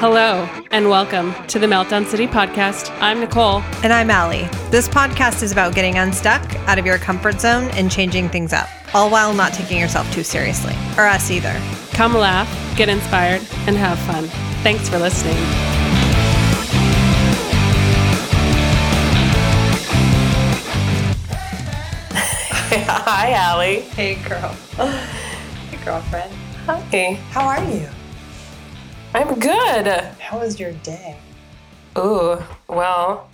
Hello and welcome to the Meltdown City podcast. I'm Nicole. And I'm Allie. This podcast is about getting unstuck, out of your comfort zone, and changing things up, all while not taking yourself too seriously, or us either. Come laugh, get inspired, and have fun. Thanks for listening. Hi, Allie. Hey, girl. hey, girlfriend. Hi. How are you? I'm good. How was your day? Ooh, well,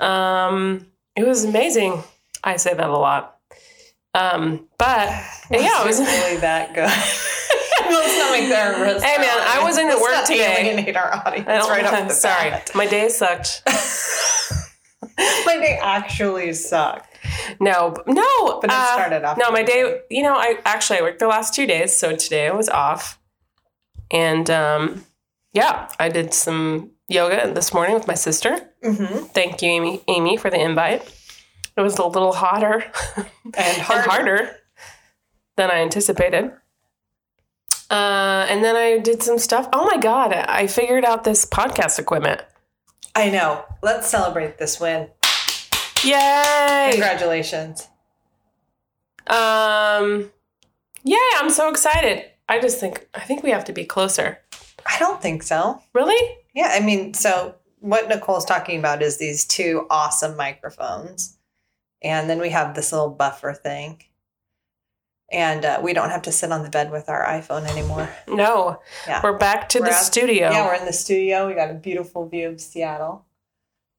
um, it was amazing. I say that a lot. Um, but yeah, it was. Hey, really that good? Let's not make that a risk. man, I wasn't at work today. our audience I don't- I'm sorry. My day sucked. My day actually sucked. No, b- no. But it uh, started off No, my pretty day. You know, I actually I worked the last two days, so today I was off, and um, yeah, I did some yoga this morning with my sister. Mm-hmm. Thank you, Amy, Amy, for the invite. It was a little hotter and And harder than I anticipated. Uh, and then I did some stuff. Oh my god, I figured out this podcast equipment. I know. Let's celebrate this win. Yay! Congratulations. Um, yeah, I'm so excited. I just think I think we have to be closer. I don't think so. Really? Yeah, I mean, so what Nicole's talking about is these two awesome microphones. And then we have this little buffer thing. And uh, we don't have to sit on the bed with our iPhone anymore. No, Yeah. we're back to We're the out- studio. Yeah, we're in the studio. We got a beautiful view of Seattle.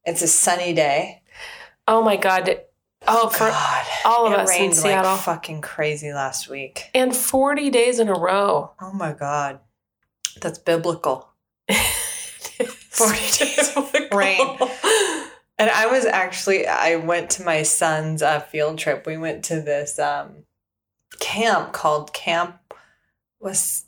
It's a sunny day. oh my god! Oh, for God. all of it us in rained Seattle. like fucking crazy last week. and 40 days in a row. Oh my God. That's biblical. 40 days of the Rain. cold. And I was actually, I went to my son's uh, field trip. We went to this um, camp called Camp Was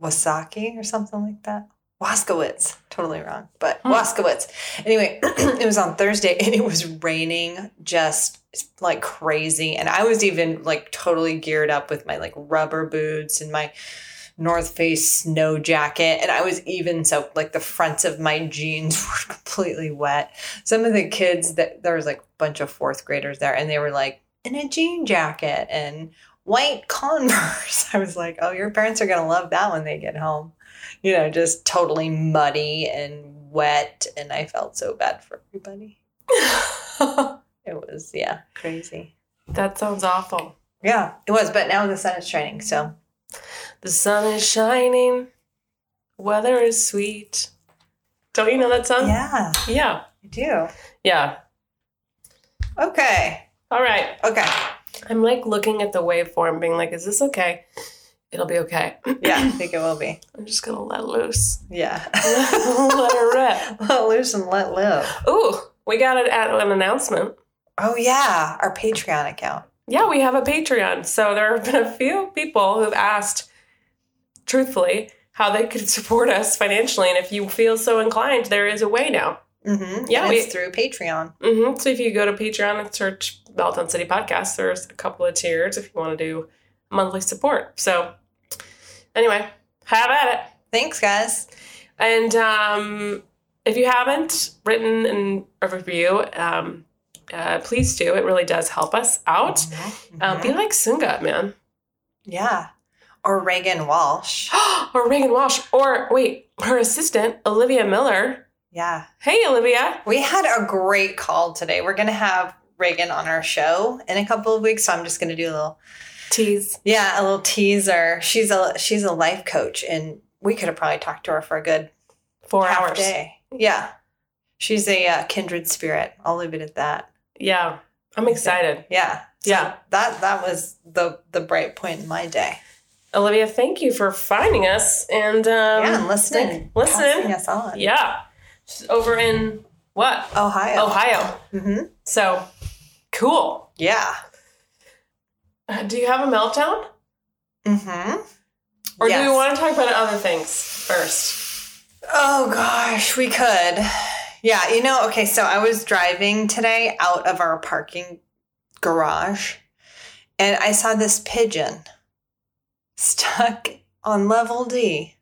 Wasaki or something like that. Waskowitz. Totally wrong, but Hmm. Waskowitz. Anyway, it was on Thursday and it was raining just like crazy. And I was even like totally geared up with my like rubber boots and my North Face snow jacket. And I was even so like the fronts of my jeans were completely wet. Some of the kids that there was like a bunch of fourth graders there and they were like in a jean jacket and white Converse. I was like, oh, your parents are going to love that when they get home. You know, just totally muddy and wet. And I felt so bad for everybody. It was, yeah, crazy. that sounds awful. Yeah, it was. But now the sun is shining. So The sun is shining, weather is sweet. Don't you know that Oh. song? yeah, Yeah. I do. Yeah. Okay. All right. Okay. I'm like looking at the waveform, being like, is this okay? It'll be okay. Yeah, I think it will be. I'm just going to let loose. Yeah. let her rip. let loose and let live. Ooh, we got it at an announcement. Oh, yeah. Our Patreon account. Yeah, we have a Patreon. So there have been a few people who've asked, truthfully, how they could support us financially. And if you feel so inclined, there is a way now. Mm-hmm. Yeah, And it's we- through Patreon. hmm So if you go to Patreon and search Meltdown City Podcast, there's a couple of tiers if you want to do monthly support. So anyway, have at it. Thanks, guys. And um, if you haven't written an, a review, um, uh, please do. It really does help us out. Uh, be like Sunga, man. Mm-hmm. yeah. Or Reagan Walsh. or Reagan Walsh, or wait, her assistant, Olivia Miller. yeah. Hey, Olivia. We had a great call today. We're going to have Reagan on our show in a couple of weeks. So I'm just going to do a little, Tease. yeah, a little teaser. She's a, she's a life coach and we could have probably talked to her for a good Four half hours. day. Yeah. She's a uh, kindred spirit. I'll leave it at that. Yeah. I'm excited. Yeah. So Yeah. That that was the the bright point in my day. Olivia, thank you for finding us and um, yeah, and listening. listen. Passing us on. yeah. She's over in what? Ohio. Ohio. hmm So cool. Yeah. Uh, do you have a meltdown? Mm-hmm. Or do we want to talk about other things first? Oh gosh, we could. Yeah, you know, okay, so I was driving today out of our parking garage and I saw this pigeon stuck on level D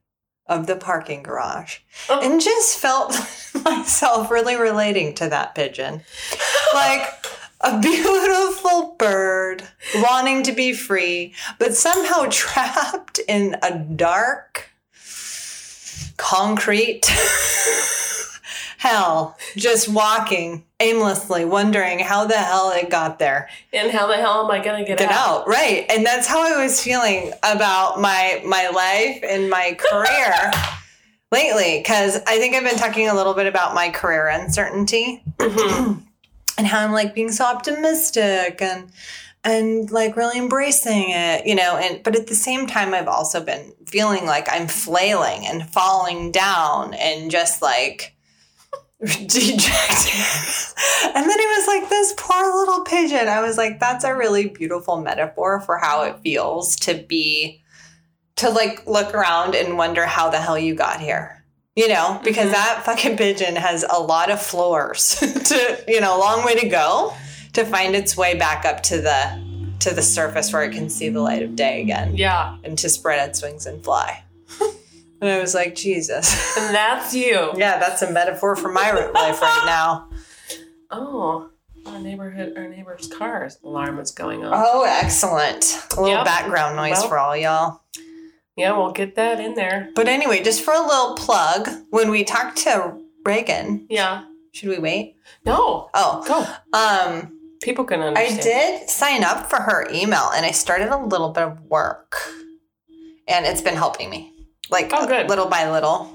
of the parking garage Oh. and just felt myself really relating to that pigeon. Like a beautiful bird wanting to be free, but somehow trapped in a dark concrete hell, just walking aimlessly, wondering how the hell it got there And how the hell am I gonna get, get out right and that's how i was feeling about my my life and my career lately because i think i've been talking a little bit about my career uncertainty Mhm. Mm-hmm. and how i'm like being so optimistic and and like really embracing it you know and but at the same time i've also been feeling like i'm flailing and falling down and just like dejected. and then it was like this poor little pigeon. I was like, that's a really beautiful metaphor for how it feels to be, to like look around and wonder how the hell you got here. You know, because Mhm. that fucking pigeon has a lot of floors to, you know, a long way to go to find its way back up to the to the surface where it can see the light of day again Yeah. and to spread its wings and fly. and I was like, Jesus. And that's you. Yeah, that's a metaphor for my life right now. Oh. Our neighborhood our neighbor's car's alarm is going on. Oh, excellent. A little Yep. background noise Well. for all y'all. Yeah, we'll get that in there. But anyway, just for a little plug, when we talked to Reagan, Yeah. should we wait? No. Oh, Go. um, People can I understand. did sign up for her email and I started a little bit of work. And it's been helping me. Like Oh, good. little by little,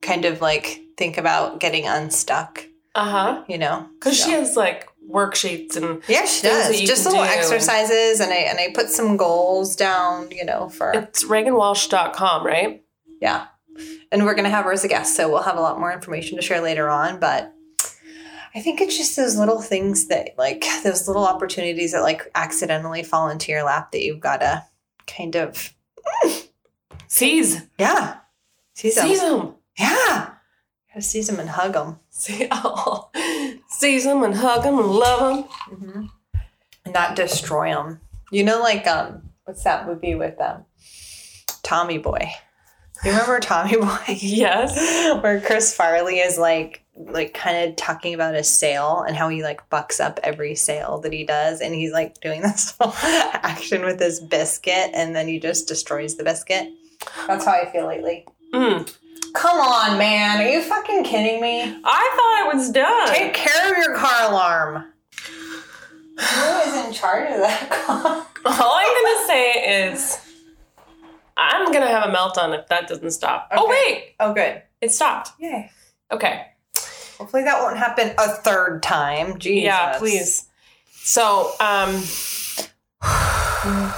kind of like think about getting unstuck, Uh huh. you know? Because So- she has like worksheets and Yeah, she things does. that you Just can little do. exercises, and I and I put some goals down, you know, for it's ReaganWalsh.com, right? yeah. And we're gonna have her as a guest, so we'll have a lot more information to share later on. But I think it's just those little things that, like, those little opportunities that, like, accidentally fall into your lap that you've gotta kind of Seize. yeah, seize them, Seize them. yeah, gotta seize them and hug them. See, oh. Seize them and hug them and love them. Mm-hmm. Not destroy them. You know, like um, what's that movie with um, Tommy Boy? You remember Tommy Boy, Yes. where Chris Farley is like, like kind of talking about a sale and how he like bucks up every sale that he does, and he's like doing this whole action with this biscuit, and then he just destroys the biscuit. That's how I feel lately. Mm. Come on, man! Are you fucking kidding me? I thought it was done. Take care of your car alarm. Who is in charge of that car? All I'm gonna say is I'm gonna have a meltdown if that doesn't stop. Oh Okay. wait, Oh, good. it stopped. Yay. Okay. Hopefully that won't happen a third time. Jesus. Yeah, please. So, um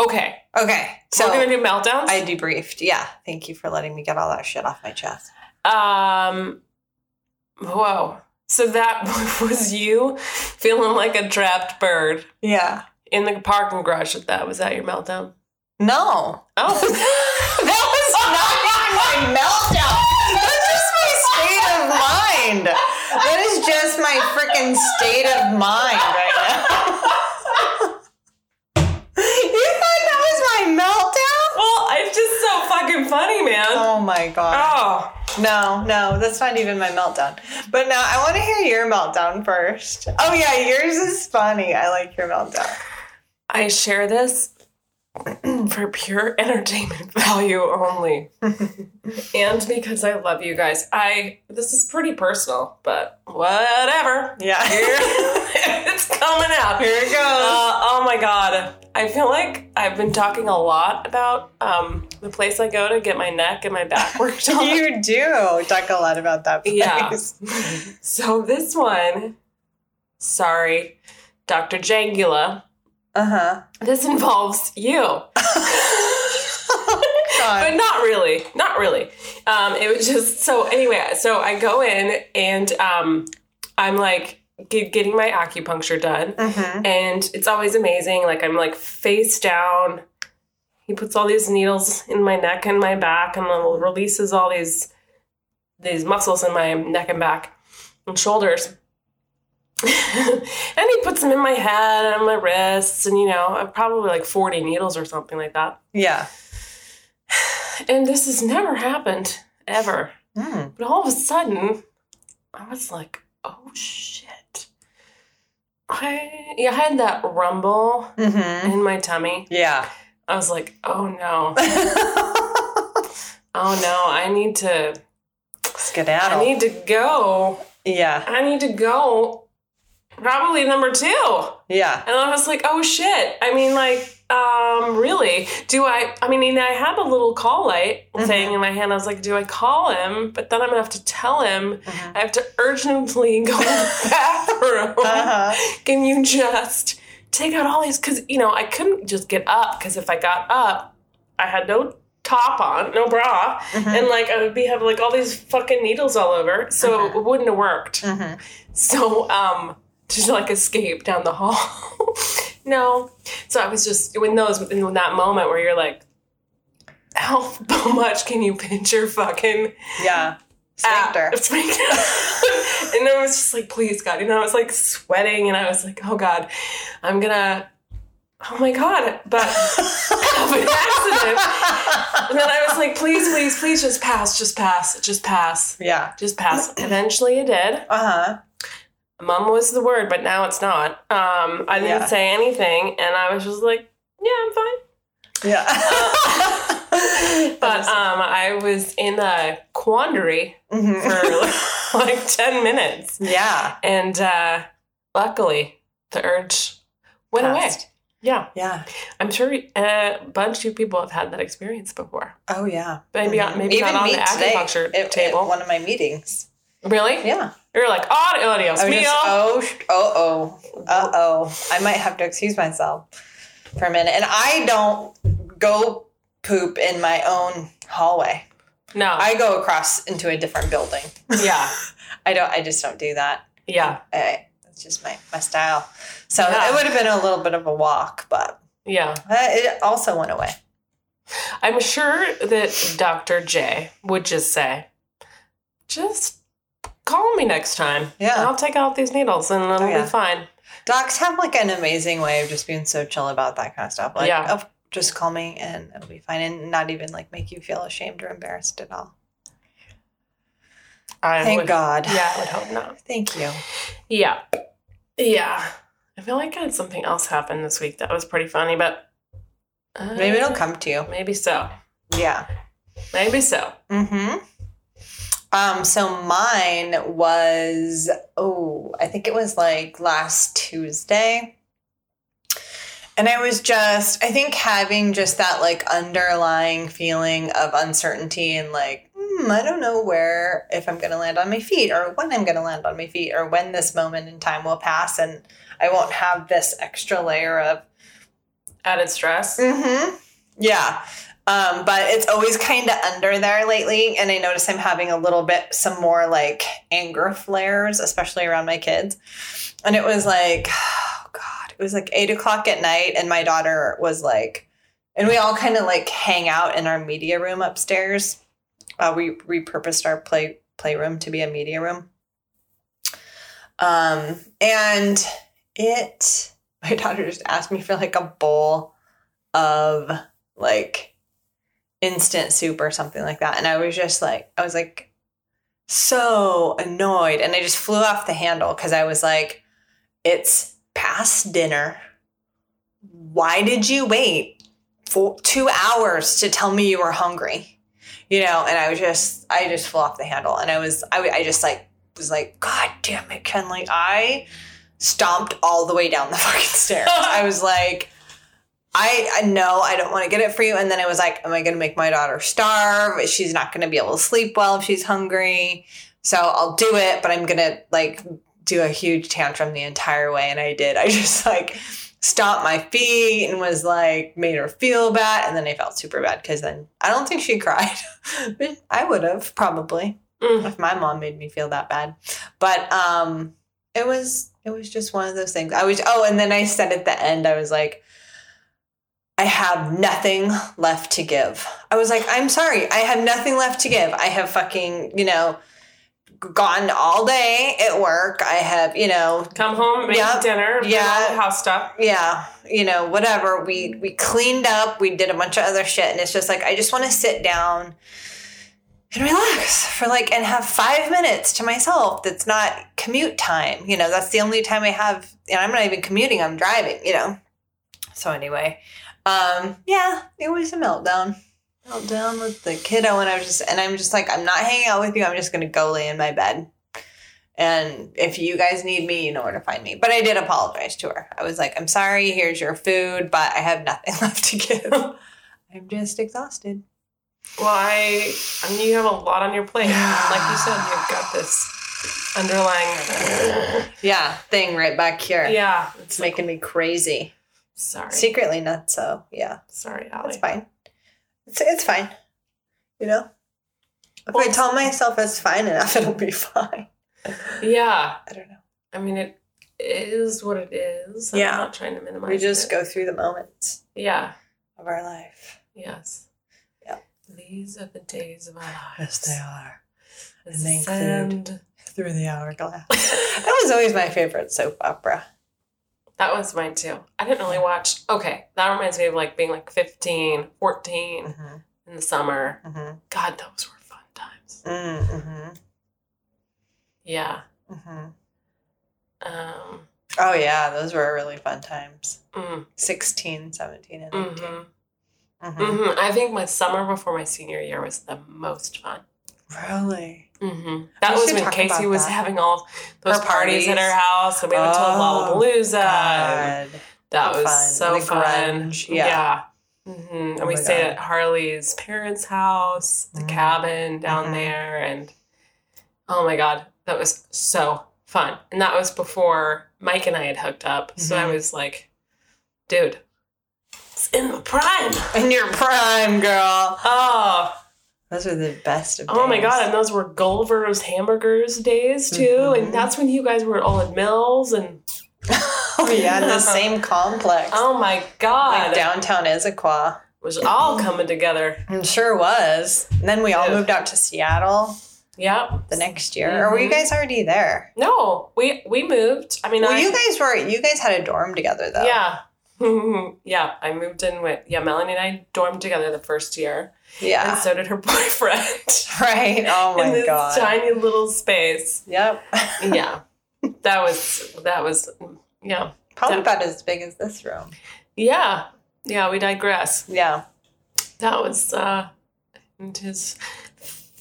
Okay. Okay. So So we're gonna do meltdowns. I debriefed. Yeah. Thank you for letting me get all that shit off my chest. Um, whoa. So that was you feeling like a trapped bird Yeah. in the parking garage with that. Was that your meltdown? No. Oh, That was not even my meltdown. That's just my state of mind. That is just my freaking state of mind right now. you thought that was my meltdown? well, it's just so fucking funny, man. Oh my god. Oh, No, no, that's not even my meltdown. But now I want to hear your meltdown first. Oh yeah, yours is funny. I like your meltdown. I share this for pure entertainment value only, and because I love you guys. I this is pretty personal, but whatever. Yeah. Here- it's coming out. Here it goes. Uh, oh my god. I feel like I've been talking a lot about um, the place I go to get my neck and my back worked on. you do talk a lot about that place. Uh, Yeah. so this one, sorry, Dr. Jangula, Uh-huh. this involves you. God. but not really not really um, it was just so anyway so i go in and um, i'm like ge- getting my acupuncture done Mhm. and it's always amazing like i'm like face down he puts all these needles in my neck and my back and then releases all these these muscles in my neck and back and shoulders and he puts them in my head and on my wrists and you know probably like 40 needles or something like that Yeah. and this has never happened ever. Mm. But all of a sudden, I was like, oh shit. I, yeah, I had that rumble hmm in my tummy. Yeah. I was like, oh no. Oh no, I need to Skedaddle. I need to go. yeah. I need to go. Probably number 2. Yeah. And I was like, oh shit. I mean, like, um, really? Do I? I mean, and I had a little call light Mm-hmm. thing in my hand. I was like, do I call him? But then I'm gonna have to tell him Mhm. I have to urgently go to the bathroom. Uh-huh. Can you just take out all these? Because, you know, I couldn't just get up because if I got up, I had no top on, no bra, Mm-hmm. and like I would be having like all these fucking needles all over. So Mm-hmm. it wouldn't have worked. Mhm. So, um, to like escape down the hall. no. So I was just in those in that moment where you're like, how much can you pinch your fucking Yeah. Sphincter. ah, sphincter? and I was just like, please God, you know, I was like sweating and I was like, oh God, I'm gonna oh my God, but have an accident. And then I was like, please, please, please just pass, just pass, just pass, yeah. just pass. Eventually it did. Uh-huh. Mum was the word, but now it's not. Um, I didn't Yeah. say anything, and I was just like, yeah, I'm fine. Yeah. But um, I was in a quandary Mhm. for like 10 minutes, yeah. and uh, luckily the urge went Passed. away. Yeah, Yeah. I'm sure uh, a bunch of people have had that experience before. Oh yeah. Maybe, uh, Mhm. maybe Even not on me the today acupuncture at- at table. one of my meetings. really? Yeah. You're like, oh, adios, I was mio. just, oh, sh- oh, oh, uh oh. I might have to excuse myself for a minute. And I don't go poop in my own hallway. no, I go across into a different building. yeah, I don't. I just don't do that. yeah, I, it's just my my style. So Yeah. it would have been a little bit of a walk, but yeah. uh, it also went away. I'm sure that Dr. J would just say, just call me next time. Yeah. And I'll take out these needles and it'll Oh, yeah. be fine. Docs have like an amazing way of just being so chill about that kind of stuff. Like, Yeah. of just call me and it'll be fine, and not even like make you feel ashamed or embarrassed at all. I Thank would, God. Yeah, I would hope not. Thank you. Yeah. Yeah. I feel like I had something else happen this week that was pretty funny, but uh, Maybe it'll come to you. Maybe so. Yeah. Maybe so. Mm-hmm. Um, so mine was oh, I think it was like last Tuesday. And I was just, I think having just that like underlying feeling of uncertainty and like, hmm, I don't know where, if I'm going to land on my feet or when I'm going to land on my feet or when this moment in time will pass and I won't have this extra layer of Added stress. Mm-hmm. Yeah. Um, but it's always kind of under there lately. And I notice I'm having a little bit, some more like anger flares, especially around my kids. And it was like, oh God, it was like eight o'clock at night. And my daughter was like, and we all kind of like hang out in our media room upstairs. Uh, we repurposed our play playroom to be a media room. Um, and it, my daughter just asked me for like a bowl of like instant soup or something like that. And I was just like, I was like so annoyed. And I just flew off the handle because I was like, it's past dinner. Why did you wait for two hours to tell me you were hungry? You know, and I was just, I just flew off the handle. And I was, I, I just like, was like, God damn it, Kenley. I stomped all the way down the fucking stairs. I was like, I, I know I don't want to get it for you. And then I was like, am I going to make my daughter starve? She's not going to be able to sleep well if she's hungry. So I'll do it, but I'm going to like do a huge tantrum the entire way. And I did. I just like stomped my feet and was like, made her feel bad. And then I felt super bad because then I don't think she cried. But I would have probably Mm. if my mom made me feel that bad. But, um, it was, it was just one of those things. I was, oh, and then I said at the end, I was like, I have nothing left to give. I was like, I'm sorry, I have nothing left to give. I have fucking, you know, gone all day at work. I have, you know, Come home, make Yeah. dinner, do all Yeah. the house stuff. yeah, you know, whatever. We we cleaned up, we did a bunch of other shit, and it's just like I just want to sit down and relax for like and have five minutes to myself. That's not commute time. You know, that's the only time I have, and I'm not even commuting. I'm driving. You know. So anyway, um, yeah, it was a meltdown. Meltdown with the kiddo, and I was just, and I'm just like, I'm not hanging out with you. I'm just gonna go lay in my bed. And if you guys need me, you know where to find me. But I did apologize to her. I was like, I'm sorry, here's your food, but I have nothing left to give. I'm just exhausted. Well, I, I mean, you have a lot on your plate. Like you said, you've got this underlying. Yeah, thing right back here. Yeah. It's making me crazy. Sorry. Secretly not so. Yeah, Sorry, that's Allie. fine. It's, it's fine. You know? If I Well- tell myself it's fine enough, it'll be fine. Yeah. I don't know. I mean, it is what it is. I'm Yeah. not trying to minimize We just it. go through the moments Yeah. of our life Yes. Yeah. These are the days of our as lives. they are As they include- sand. through the hourglass. that was always my favorite soap opera. That was mine too. I didn't really watch. Okay. That reminds me of like being like 15, 14 Mm-hmm, in the summer. mm-hmm, God, those were fun times. mm-hmm. Yeah. hmm Um, Oh, yeah, those were really fun times. mm, 16, 16 17, and 18. mhm, Mhm. mhm. I think my summer before my senior year was the most fun. Mm-hmm. Really? hmm We That was should when talk Casey about was that. having all those Her parties. at her parties. house, and we went to Oh, Lollapalooza. and God. That How was fun. so The fun. grunge, yeah. hmm And Oh we my stayed God. at Harley's parents' house, the Mm. cabin down Mhm. there, and oh my God, that was so fun. And that was before Mike and I had hooked up, so I Mhm. was like, dude, it's in the prime. In your prime, girl. Oh, Those were the best of Oh my days. god, and those were Gulliver's hamburgers days too. Mhm. And that's when you guys were all at Mills and oh, yeah, the same complex. oh my god. like downtown Issaquah. It was all coming together. It sure was. And then we all Yeah. moved out to Seattle Yep. the next year. Or were you Mhm. guys already there? No, we we moved. I mean Well, I you guys were. You guys had a dorm together, though. Yeah. yeah. I moved in with yeah, Melanie and I dormed together the first year. Yeah. And so did her boyfriend. right. Ah. Oh in my this god. tiny little space. Yep. Yeah. that was that was yeah. Probably Yeah. about as big as this room. Yeah. Yeah, we digress. Yeah. That was uh and his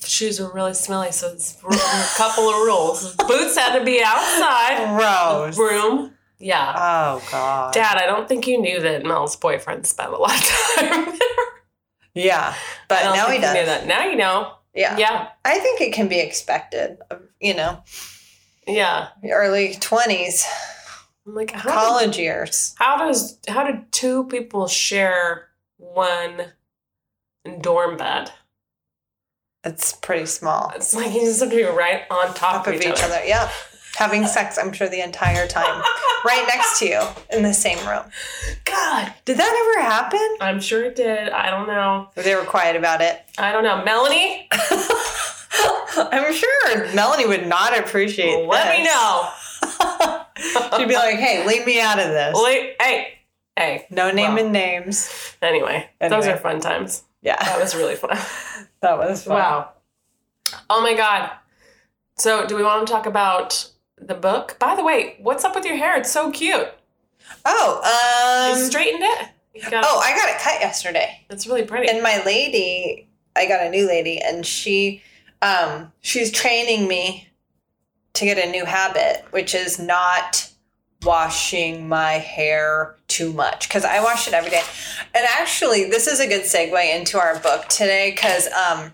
shoes were really smelly, so it's r- a couple of rules. His Boots had to be outside the Gross. room. Yeah. Oh god. Dad, I don't think you knew that Mel's boyfriend spent a lot of time. Yeah. I But don't now he think you knew does. that. Now you know. Yeah. Yeah. I think it can be expected. You know, Yeah. early twenties, I'm like, how college years. how does how did two people share one dorm bed? It's pretty small. It's like you just have to be right on top, Top of each other. Yeah. Having sex, I'm sure, the entire time. right next to you in the same room. God. Did that ever happen? I'm sure it did. I don't know. They were quiet about it. I don't know. Melanie, I'm sure Melanie would not appreciate Let me this. know. She'd be like, hey, leave me out of this. Wait, hey, hey. No naming Wow. names. Anyway, those Anyway. are fun times. That Yeah. was really fun. That was fun. wow. Oh my god. So, do we want to talk about the book? By the way, what's up with your hair? It's so cute. Oh, You um, straightened it. You got oh, I got it cut yesterday. it's really pretty. And my lady, I got a new lady, and she, um, she's training me to get a new habit, which is not washing my hair too much because I wash it every day. And actually, this is a good segue into our book today because um,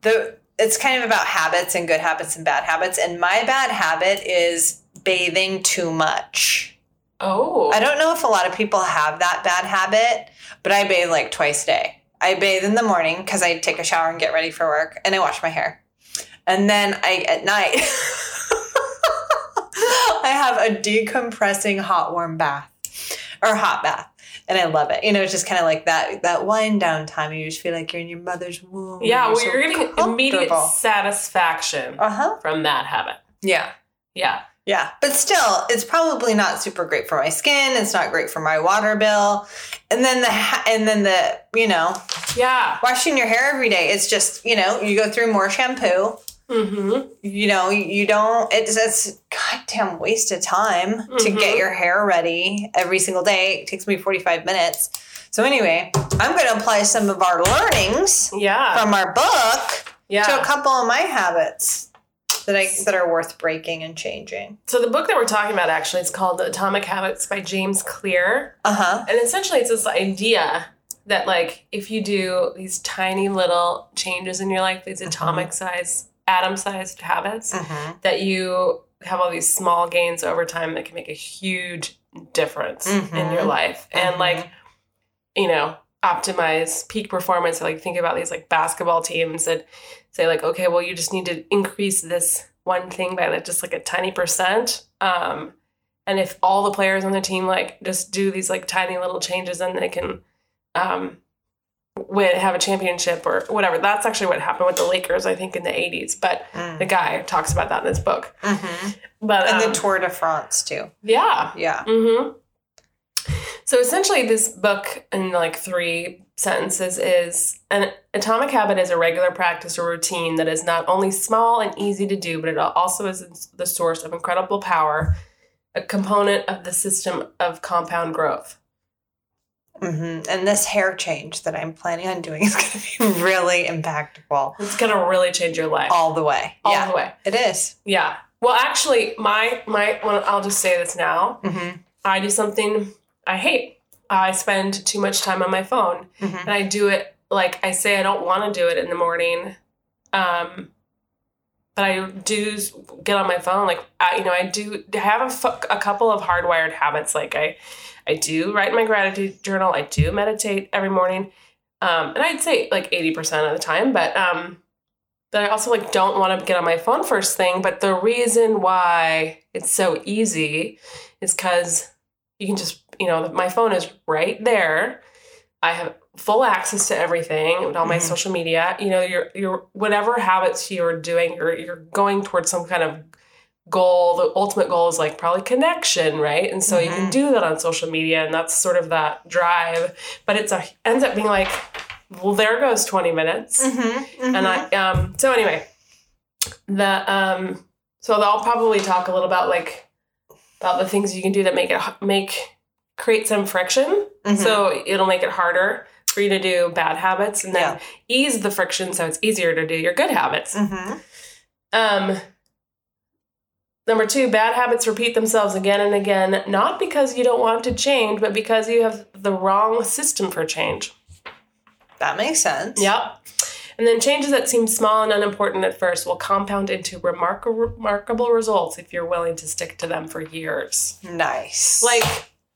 the it's kind of about habits and good habits and bad habits. And my bad habit is bathing too much. oh, I don't know if a lot of people have that bad habit, but I bathe like twice a day. I bathe in the morning because I take a shower and get ready for work, and I wash my hair. And then I at night, I have a decompressing hot warm bath or hot bath. and I love it. You know, it's just kind of like that that wind down time. You just feel like you're in your mother's womb. Yeah, well, you're getting immediate satisfaction Uh huh. from that habit. Yeah. Yeah. Yeah, but still, it's probably not super great for my skin. It's not great for my water bill, and then the ha- and then the you know Yeah. washing your hair every day. It's just you know you go through more shampoo. Mm-hmm. You know you don't. It's it's goddamn waste of time to get Mhm. your hair ready every single day. It takes me forty five minutes. So anyway, I'm going to apply some of our learnings Yeah. from our book to a Yeah. couple of my habits that I that are worth breaking and changing. So the book that we're talking about actually is called The Atomic Habits by James Clear. Uh huh. And essentially, it's this idea that, like, if you do these tiny little changes in your life, these atomic size, atom sized habits, Mm-hmm. that you have all these small gains over time that can make a huge difference in your Mhm. life. And, like, Mm-hmm. you know, optimize peak performance. Like, think about these, like, basketball teams that say, like, okay, well, you just need to increase this one thing by like, just like a tiny percent. Um, and if all the players on the team like just do these like tiny little changes and they can um win, have a championship or whatever that's actually what happened with the lakers i think in the 80s but the guy talks about that in his book Mm-hmm. but Mm. And um, the Tour de France too. yeah Yeah. hmm So essentially, this book in like three sentences is an atomic habit is a regular practice or routine that is not only small and easy to do, but it also is the source of incredible power, a component of the system of compound growth. hmm And this hair change that I'm planning on doing is going to be really impactful It's gonna really change your life all the way. all yeah, the way. it is. Yeah. Well, actually, my my well, I'll just say this now. Mm-hmm. I do something I hate. I spend too much time on my phone. Mm-hmm. and I do it like I say I don't want to do it in the morning, um, but I do s- get on my phone. Like I, you know, I do have a fu- a couple of hardwired habits. Like I, I do write my gratitude journal. I do meditate every morning, um, and I'd say like eighty percent of the time. But um, but I also like don't want to get on my phone first thing. But the reason why it's so easy is because you can just you know my phone is right there. I have full access to everything with all my Mhm. social media. You know, your your whatever habits you're doing, you're you're going towards some kind of goal. The ultimate goal is like probably connection, right? And so you can Mhm. do that on social media, and that's sort of that drive. But it's a ends up being like, well, there goes twenty minutes Mm-hmm. and I um so anyway the um so I'll probably talk a little about like about the things you can do that make it h- make create some friction Mhm. so it'll make it harder for you to do bad habits and then ease the friction so it's easier to do your good habits Mhm. um Number two, bad habits repeat themselves again and again, not because you don't want to change, but because you have the wrong system for change. that makes sense. Yep. And then changes that seem small and unimportant at first will compound into remark- remarkable results if you're willing to stick to them for years. Nice. Like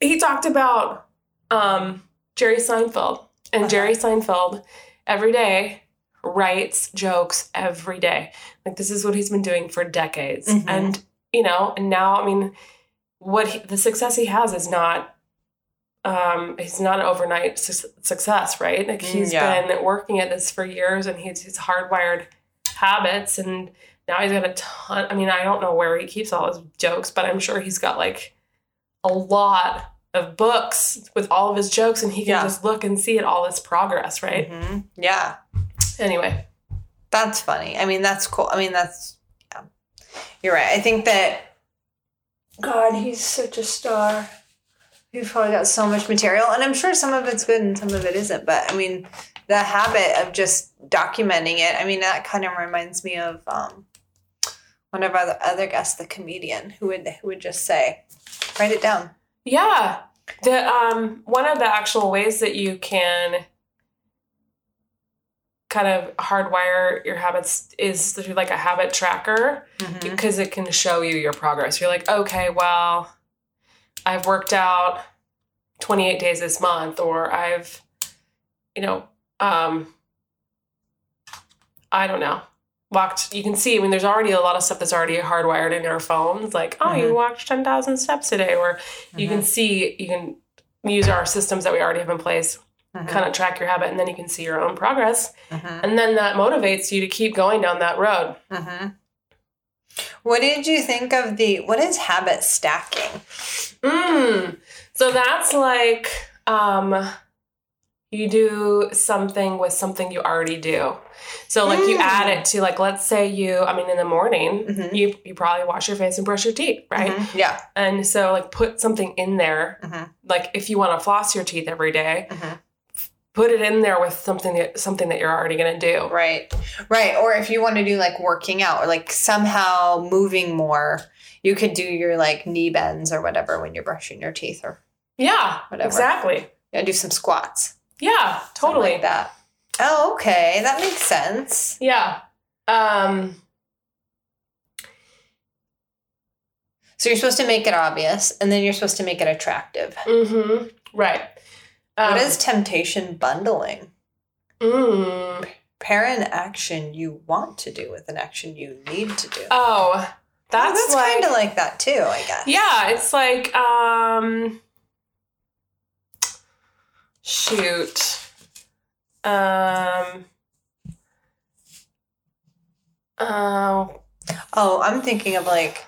he talked about um, Jerry Seinfeld, and Uh-huh. Jerry Seinfeld every day writes jokes every day. Like this is what he's been doing for decades, Mhm. and you know, and now I mean, what he, the success he has is not. Um, he's not an overnight su- success, right? Like Mm, he's yeah. been working at this for years, and he's he's hardwired habits, and now he's got a ton. I mean, I don't know where he keeps all his jokes, but I'm sure he's got like a lot of books with all of his jokes, and he can Yeah. just look and see at all this progress, right? Mhm. yeah, Anyway, that's funny. I mean, that's cool. I mean, that's yeah. You're right. I think that. God, he's such a star. We've probably got so much material, and I'm sure some of it's good and some of it isn't. But I mean, the habit of just documenting it, I mean, that kind of reminds me of um, one of our other guests, the comedian, who would who would just say, "Write it down." yeah, the um, one of the actual ways that you can kind of hardwire your habits is through like a habit tracker because it can show you your progress. You're like, okay, well, I've worked out 28 days this month, or I've, you know, um, I don't know, walked. You can see, I mean, there's already a lot of stuff that's already hardwired in our phones, like, oh, you walked 10,000 steps today, or you can see, you can use our systems that we already have in place, kind of track your habit, and then you can see your own progress. Mhm. And then that motivates you to keep going down that road. Mhm. What did you think of the what is habit stacking? Mm. So that's like um, you do something with something you already do. So like you Mm. add it to like let's say you I mean in the morning Mhm. you you probably wash your face and brush your teeth right Mhm. Yeah. and so like put something in there Mhm. like if you want to floss your teeth every day, Mhm. put it in there with something that, something that you're already gonna do Right. Right. Or if you want to do like working out or like somehow moving more, you could do your like knee bends or whatever when you're brushing your teeth or yeah Whatever. exactly yeah, do some squats. yeah something totally like that. Oh, okay. That makes sense. yeah um So you're supposed to make it obvious and then you're supposed to make it attractive. hmm right um, what is temptation bundling? mm, Pair an action you want to do with an action you need to do. Oh, Well, that's, like, kind of like that too, I guess. yeah, it's like um, shoot, um, oh, Oh, I'm thinking of like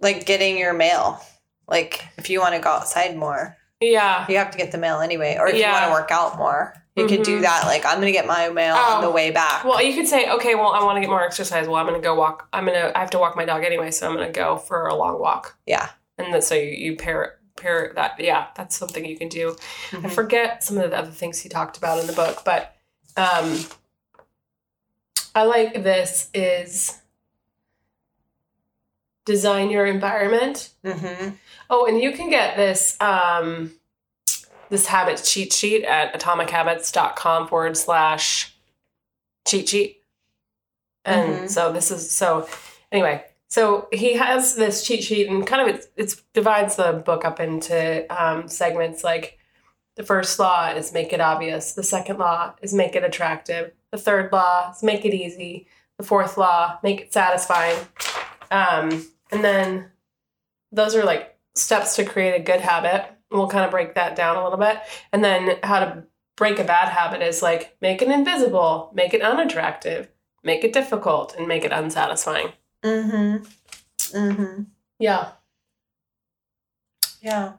like getting your mail. Like if you want to go outside more, yeah, you have to get the mail anyway. Or if Yeah. you want to work out more, you could do Mhm. that. Like I'm gonna get my mail on Oh. the way back. Well, you could say, okay, well, I want to get more exercise. Well, I'm going to go walk. I'm going to, I have to walk my dog anyway, so I'm going to go for a long walk. Yeah. And then, so you, you pair, pair that. Yeah, that's something you can do. I Mhm. forget some of the other things he talked about in the book, but um, I like this is design your environment. hmm Oh, and you can get this um, this habit cheat sheet at atomichabits.com forward slash cheat sheet. And Mhm. so this is so anyway, so he has this cheat sheet and kind of it it's divides the book up into um, segments like the first law is make it obvious, the second law is make it attractive, the third law is make it easy, the fourth law, make it satisfying. Um, and then those are like steps to create a good habit. We'll kind of break that down a little bit. And then how to break a bad habit is like make it invisible, make it unattractive, make it difficult, and make it unsatisfying. hmm hmm Yeah. Yeah.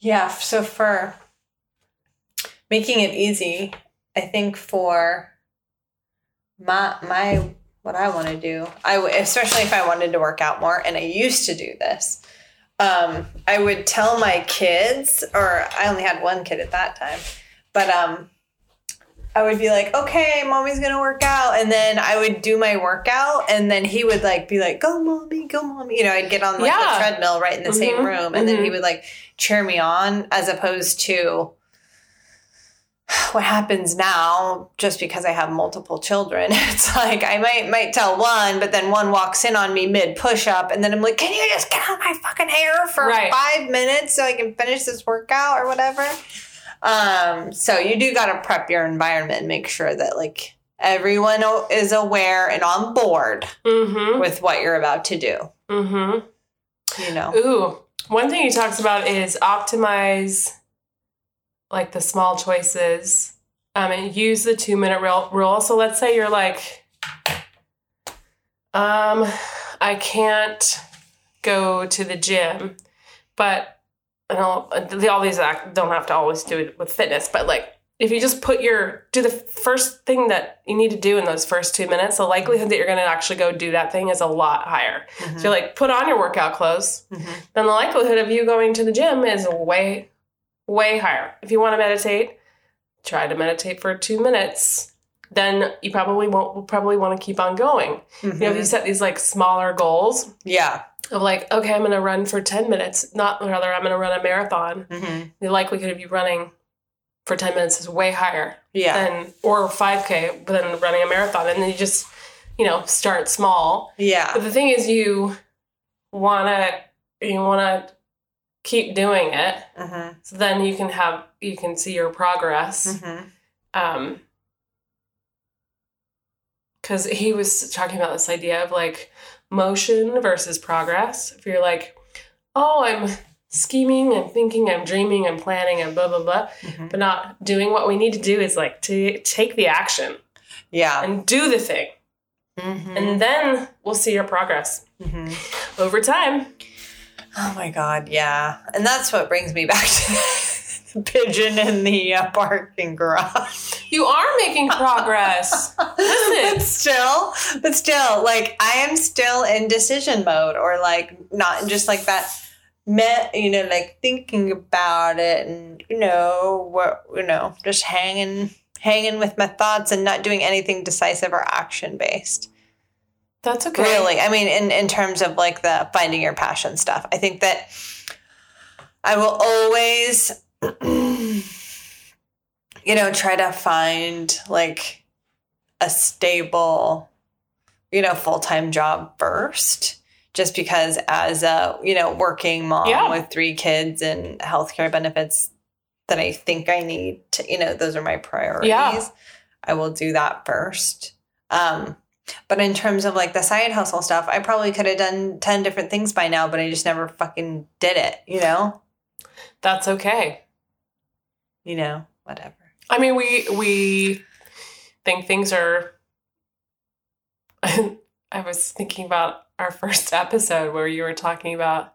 Yeah, f- so for making it easy, I think for my my what I want to do, I w- especially if I wanted to work out more, and I used to do this. Um, I would tell my kids, or I only had one kid at that time, but um, I would be like, "Okay, mommy's gonna work out," and then I would do my workout, and then he would like be like, "Go, mommy, go, mommy," you know. I'd get on like Yeah. the treadmill right in the same Mhm, room, and then he mhm. would like cheer me on, as opposed to what happens now just because i have multiple children it's like i might might tell one but then one walks in on me mid push up and then i'm like can you just get out my fucking hair for Right. 5 minutes so i can finish this workout or whatever um so you do got to prep your environment and make sure that like everyone o- is aware and on board Mm with what you're about to do hmm. Mm you know hmm. Ooh. One thing he talks about is optimize like the small choices um, and use the two minute rule- rule. So let's say you're like, um, I can't go to the gym, but and all, the- all these act don't have to always do it with fitness, but like if you just put your do the first thing that you need to do in those first two minutes, the likelihood that you're going to actually go do that thing is a lot higher. So you're like, put on your workout clothes, Mhm. then the likelihood of you going to the gym is way, way higher. If you want to meditate, try to meditate for two minutes. Then you probably won't will probably want to keep on going. You know, if you set these like smaller goals Mm-hmm. yeah of like, okay, I'm gonna run for 10 minutes, not rather I'm gonna run a marathon, Mhm. the likelihood of you running for 10 minutes is way higher yeah than or 5K than running a marathon. And then you just, you know, start small. yeah But the thing is, you wanna you wanna keep doing it, Mhm. so then you can have you can see your progress. Mhm. Um, because he was talking about this idea of like motion versus progress. If you're like, oh, I'm scheming, I'm thinking, I'm dreaming, I'm planning, I'm blah, blah, blah, Mhm. but not doing what we need to do is like to take the action Yeah. and do the thing. And then we'll see your progress Mhm. over time. Oh my God, yeah. And that's what brings me back to the pigeon in the uh, parking garage. You are making progress. but still, but still, like I am still in decision mode or like not just like that. Met, you know, like thinking about it, and you know, what you know, just hanging, hanging with my thoughts, and not doing anything decisive or action based. That's okay. Really, I mean, in in terms of like the finding your passion stuff, I think that I will always, you know, try to find like a stable, you know, full time job first. Just because, as a you know, working mom Yeah. with three kids and healthcare benefits that I think I need to, you know, those are my priorities. I will do that first. Um, but in terms of like the side hustle stuff, I probably could have done 10 different things by now, but I just never fucking did it, you know? That's okay. You know, whatever. I mean, we we think things are. I was thinking about our first episode where you were talking about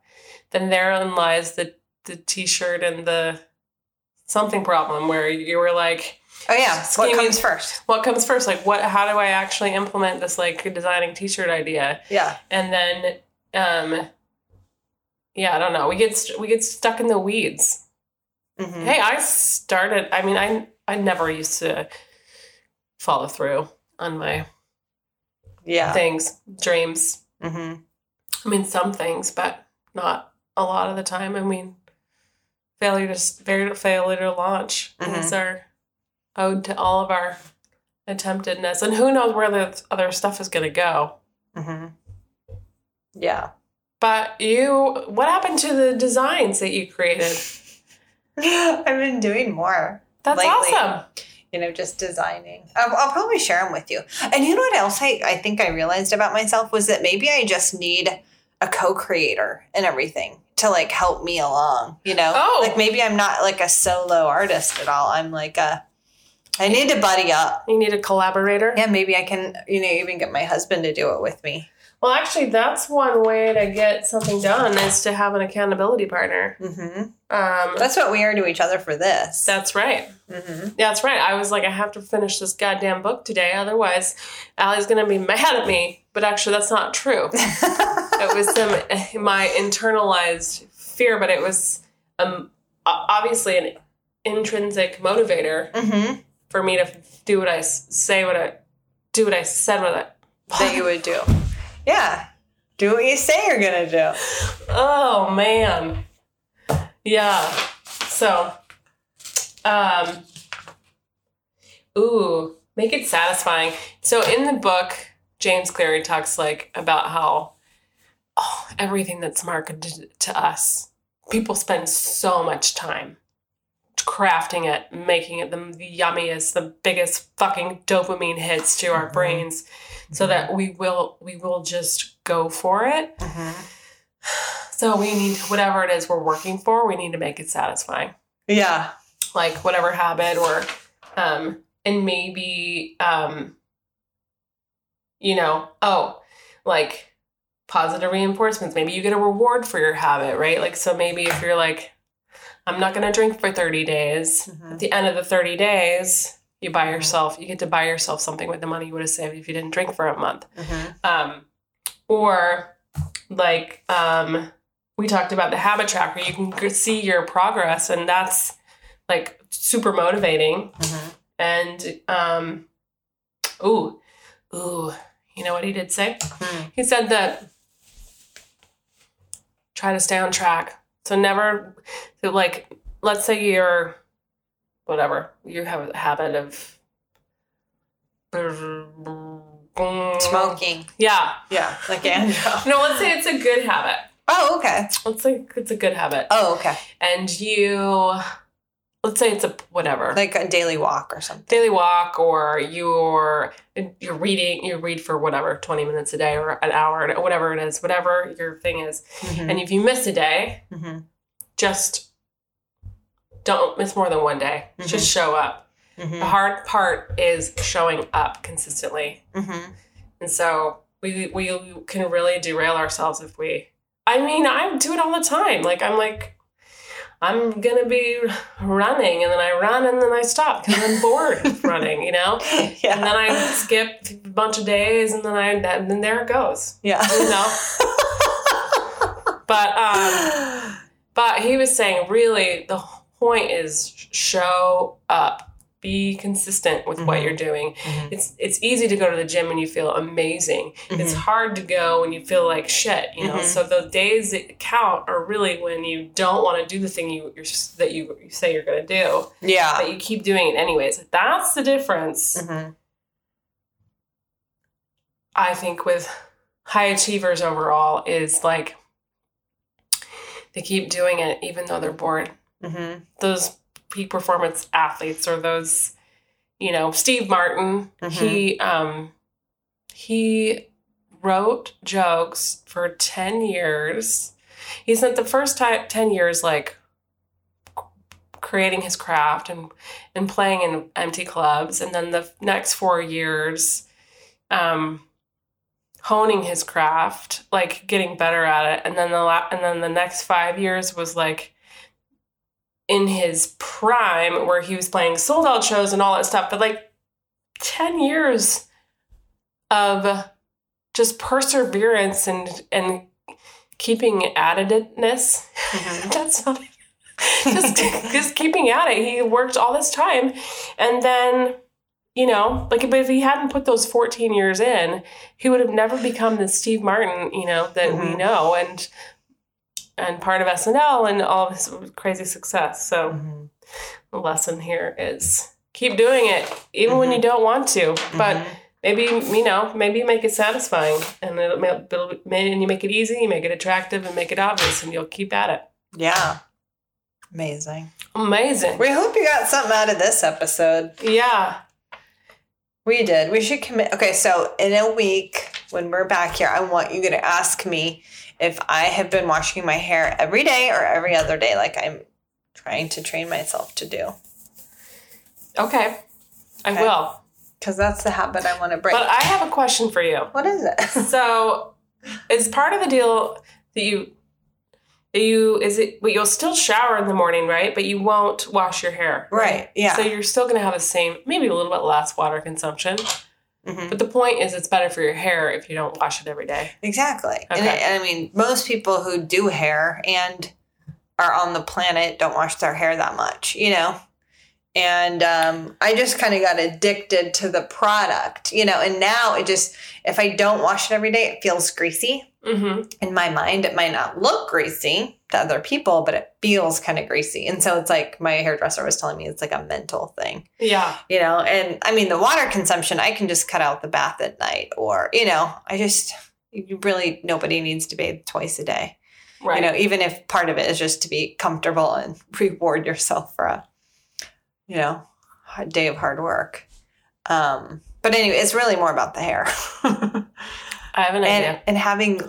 then therein lies the the t-shirt and the something problem where you were like Oh, yeah. Scheming. What comes first? what comes first like what how do i actually implement this like designing t-shirt idea Yeah. and then um yeah i don't know we get st- we get stuck in the weeds hmm Hey, I started. I mean, I I never used to follow through on my Yeah. things, dreams. hmm I mean, some things, but not a lot of the time. I mean, failure to s- failure to, failure to launch is our ode to all of our attemptedness, and who knows where the other stuff is going to go. hmm Yeah. But you, what happened to the designs that you created? I've been doing more. That's Lately. awesome. you know, just designing. I'll, I'll probably share them with you. And you know what else I, I think I realized about myself was that maybe I just need a co creator and everything to like help me along, you know? Oh. Like maybe I'm not like a solo artist at all. I'm like a, I need to buddy up. You need a collaborator. Yeah, maybe I can, you know, even get my husband to do it with me. Well, actually, that's one way to get something done is to have an accountability partner. hmm Um, That's what we are to each other for this. that's right. hmm That's right. I was like, I have to finish this goddamn book today, otherwise, Allie's gonna be mad at me. But actually, that's not true. it was some my internalized fear, but it was um, o- obviously an intrinsic motivator hmm for me to do what I s- say, what I do, what I said, what I. That you would do. Yeah. Do what you say you're going to do. Oh man. Yeah. So um ooh, make it satisfying. So in the book, James Cleary talks like about how oh, everything that's marketed to us, people spend so much time crafting it, making it the yummiest, the biggest fucking dopamine hits to our Mhm. brains so that we will we will just go for it. hmm So we need whatever it is we're working for, we need to make it satisfying. Yeah. Like whatever habit or um and maybe um you know, oh, like positive reinforcements. Maybe you get a reward for your habit, right? Like so maybe if you're like I'm not going to drink for 30 days. Mhm. At the end of the 30 days, you buy yourself you get to buy yourself something with the money you would have saved if you didn't drink for a month. hmm Um, or like um, we talked about the habit tracker, you can g- see your progress, and that's like super motivating. hmm And um, ooh, ooh, you know what he did say? Hmm. He said that try to stay on track. So never, so like, let's say you're whatever you have a habit of Smoking. Yeah, Yeah, like Andrew. no, let's say it's a good habit. Oh, okay. Let's say it's a good habit. Oh, okay. And you let's say it's a whatever like a daily walk or something. daily walk or you're you're reading you read for whatever 20 minutes a day or an hour whatever it is whatever your thing is and if you miss a day Mhm. just don't miss more than one day just show up the Mhm. hard part is showing up consistently Mhm. and so we we can really derail ourselves if we i mean i do it all the time like i'm like i'm gonna be running and then i run and then i stop because i'm bored of running you know Yeah. and then I skip a bunch of days, and then I and then there it goes, yeah. you know. but um, but he was saying really the point is show up, be consistent with what Mhm. you're doing. Mhm. It's it's easy to go to the gym and you feel amazing. It's hard to go and you feel like shit, you know. Mhm. So the days that count are really when you don't want to do the thing you you're, s- that you you say you're gonna do, yeah. but you keep doing it anyways. That's the difference. Mhm. I think with high achievers overall is like they keep doing it even though they're bored. Mhm. Those peak performance athletes or those, you know, Steve Martin, Mhm. he um he wrote jokes for 10 years. He spent the first ti- 10 years like creating his craft and and playing in empty clubs and then the next 4 years um honing his craft, like getting better at it, and then the la- and then the next five years was like in his prime where he was playing sold out shows and all that stuff. But like ten years of just perseverance and and keeping at itness. Mhm. That's not just just keeping at it. He worked all this time, and then you know, like but if he hadn't put those fourteen years in, he would have never become the Steve Martin, you know, that we Mhm. know and and part of SNL and all of his crazy success. So Mhm. the lesson here is keep doing it, even when you don't want to, but. Mhm. Maybe you know. Maybe you make it satisfying, and it'll, it'll, and you make it easy, you make it attractive, and make it obvious, and you'll keep at it. yeah. Amazing. Amazing. We hope you got something out of this episode. Yeah. We did. We should commit. Okay, so in a week when we're back here, I want you to ask me if I have been washing my hair every day or every other day, like I'm trying to train myself to do. Okay. I Okay. will. Because that's the habit I want to break. But I have a question for you. what is it? So, is part of the deal that you that you is it but you'll still shower in the morning, right? But you won't wash your hair. right. Yeah. So you're still going to have the same, maybe a little bit less water consumption. Mhm. But the point is, it's better for your hair if you don't wash it every day. Exactly. And, I, Okay. and I mean, most people who do hair and are on the planet don't wash their hair that much, you know? And um, I just kind of got addicted to the product, you know? And now it just, if I don't wash it every day, it feels greasy. Mm-hmm. In my mind, it might not look greasy to other people, but it feels kind of greasy. And so it's like my hairdresser was telling me it's like a mental thing, Yeah. you know? And I mean, the water consumption, I can just cut out the bath at night or, you know, I just, you really nobody needs to bathe twice a day. Right. You know, even if part of it is just to be comfortable and reward yourself for a you know, a day of hard work. Um but anyway, it's really more about the hair. I have and an idea. and having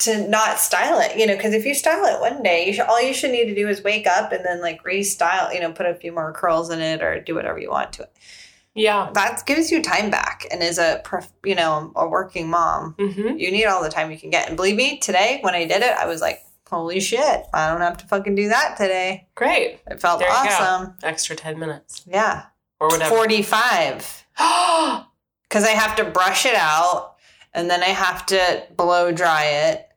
to not style it, you know, because if you style it one day, you should, all you should need to do is wake up and then like restyle, you know, put a few more curls in it or do whatever you want to it. Yeah. That gives you time back. And as a, prof- you know, a working mom, Mm-hmm. you need all the time you can get. And believe me, today when I did it, I was like, holy shit, I don't have to fucking do that today. Great. It felt There you go. awesome. Extra ten minutes Yeah. or whatever. 45. Because I have to brush it out and then I have to blow dry it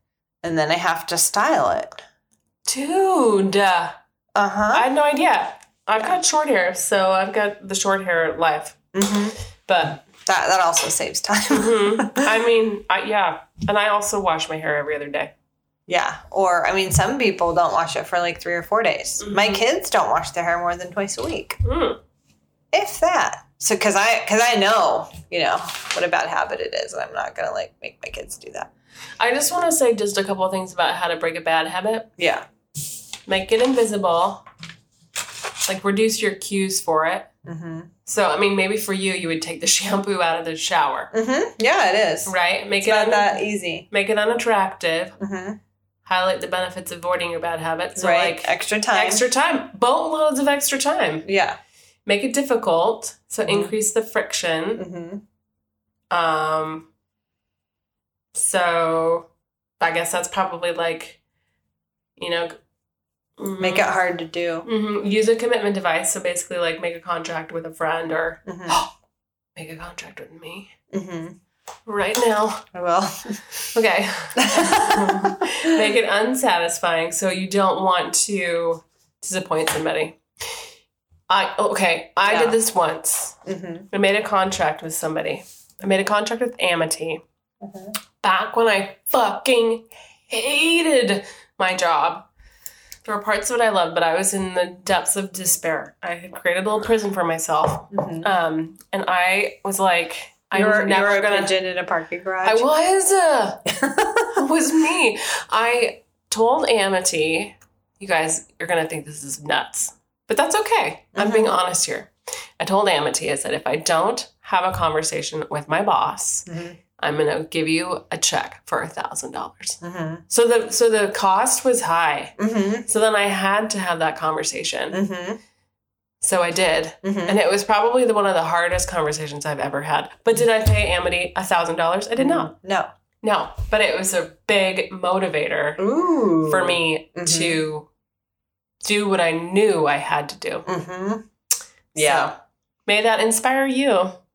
and then I have to style it. Dude. Uh huh. I had no idea. I've got short hair, so I've got the short hair life. Mm-hmm. But That, that also saves time. mhm. I mean, I, yeah, and I also wash my hair every other day. yeah. Or, I mean, some people don't wash it for like three or four days. My kids don't wash their hair more than twice a week. Mm-hmm. Mm. if that so because i because i know you know what a bad habit it is and i'm not gonna like make my kids do that I just want to say just a couple of things about how to break a bad habit. yeah Make it invisible. Like reduce your cues for it. Mm-hmm. So I mean, maybe for you, you would take the shampoo out of the shower, Mm-hmm. Yeah, it is. right? Mm-hmm. It's Make it not un- that easy. make it unattractive. Mm-hmm. Highlight the benefits of avoiding your bad habits. So right. like extra time. extra time, boatloads of extra time. Yeah. Make it difficult. So Mhm. increase the friction. Mm-hmm. Um. So, I guess that's probably like, you know, Make Mm-hmm. it hard to do. hmm Use a commitment device. So basically, like make a contract with a friend or Mm-hmm. make a contract with me Mm-hmm. right now. I will. Okay. Mm-hmm. make it unsatisfying so you don't want to disappoint somebody. I okay. I Yeah. did this once. mm-hmm. I made a contract with somebody. I made a contract with Amity Mhm. back when I fucking hated my job. There were parts of it I loved, but I was in the depths of despair. I had created a little prison for myself. Mm-hmm. Um, and I was like, I'm you're, never you're a gonna. pigeon in a parking garage. I was. Uh, it was me. I told Amity, you guys, you're going to think this is nuts, but that's okay. I'm Mhm. being honest here. I told Amity, I said, if I don't have a conversation with my boss, Mm-hmm. I'm going to give you a check for a thousand dollars. Mm-hmm. So the, so the cost was high. Mm-hmm. So then I had to have that conversation. Mm-hmm. So I did. Mm-hmm. And it was probably the, one of the hardest conversations I've ever had. But did I pay Amity a thousand dollars? I did not. Mm, No. No, but it was a big motivator Ooh. for me Mhm. to do what I knew I had to do. Mm-hmm. Yeah. So, may that inspire you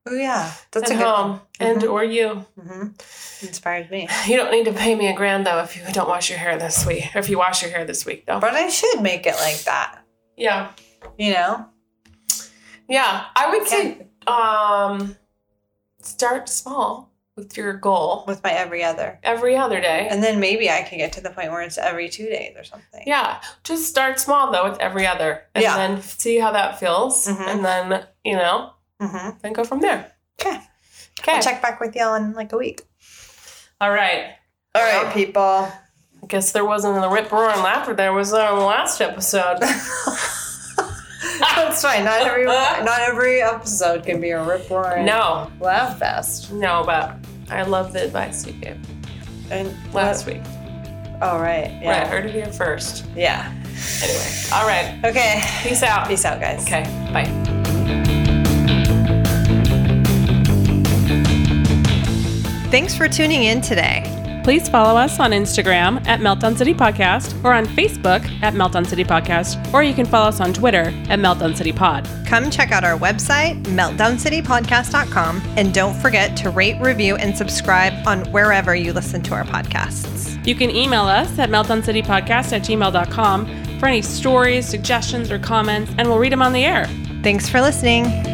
oh yeah. That's That's at a good home and um, Mhm. or you. Mm-hmm. Inspired me. You don't need to pay me a grand though if you don't wash your hair this week. Or if you wash your hair this week though. But I should make it like that. Yeah. You know? Yeah. I would Okay. say um start small with your goal With my every other. every other day. And then maybe I could get to the point where it's every two days or something. Yeah, just start small though with every other, and Yeah. then see how that feels, Mhm. and then you know, Mm-hmm. then go from there. 'Kay. Okay. I'll check back with y'all in like a week. All right. All Wow. right, people. I guess there wasn't the rip roaring laughter there was on the last episode. That's fine. Not every not every episode can be a rip roaring no, laugh fest. no, but I love the advice you gave And last week. Oh right. Yeah. Right, Yeah. heard it here first. Yeah. Anyway, all right. Okay. Peace out. Peace out, guys. Okay, bye. Thanks for tuning in today. Please follow us on Instagram at Meltdown City Podcast or on Facebook at Meltdown City Podcast, or you can follow us on Twitter at Meltdown City Pod. Come check out our website, meltdowncitypodcast.com, and don't forget to rate, review, and subscribe on wherever you listen to our podcasts. You can email us at meltdowncitypodcast at gmail.com for any stories, suggestions, or comments, and we'll read them on the air. Thanks for listening.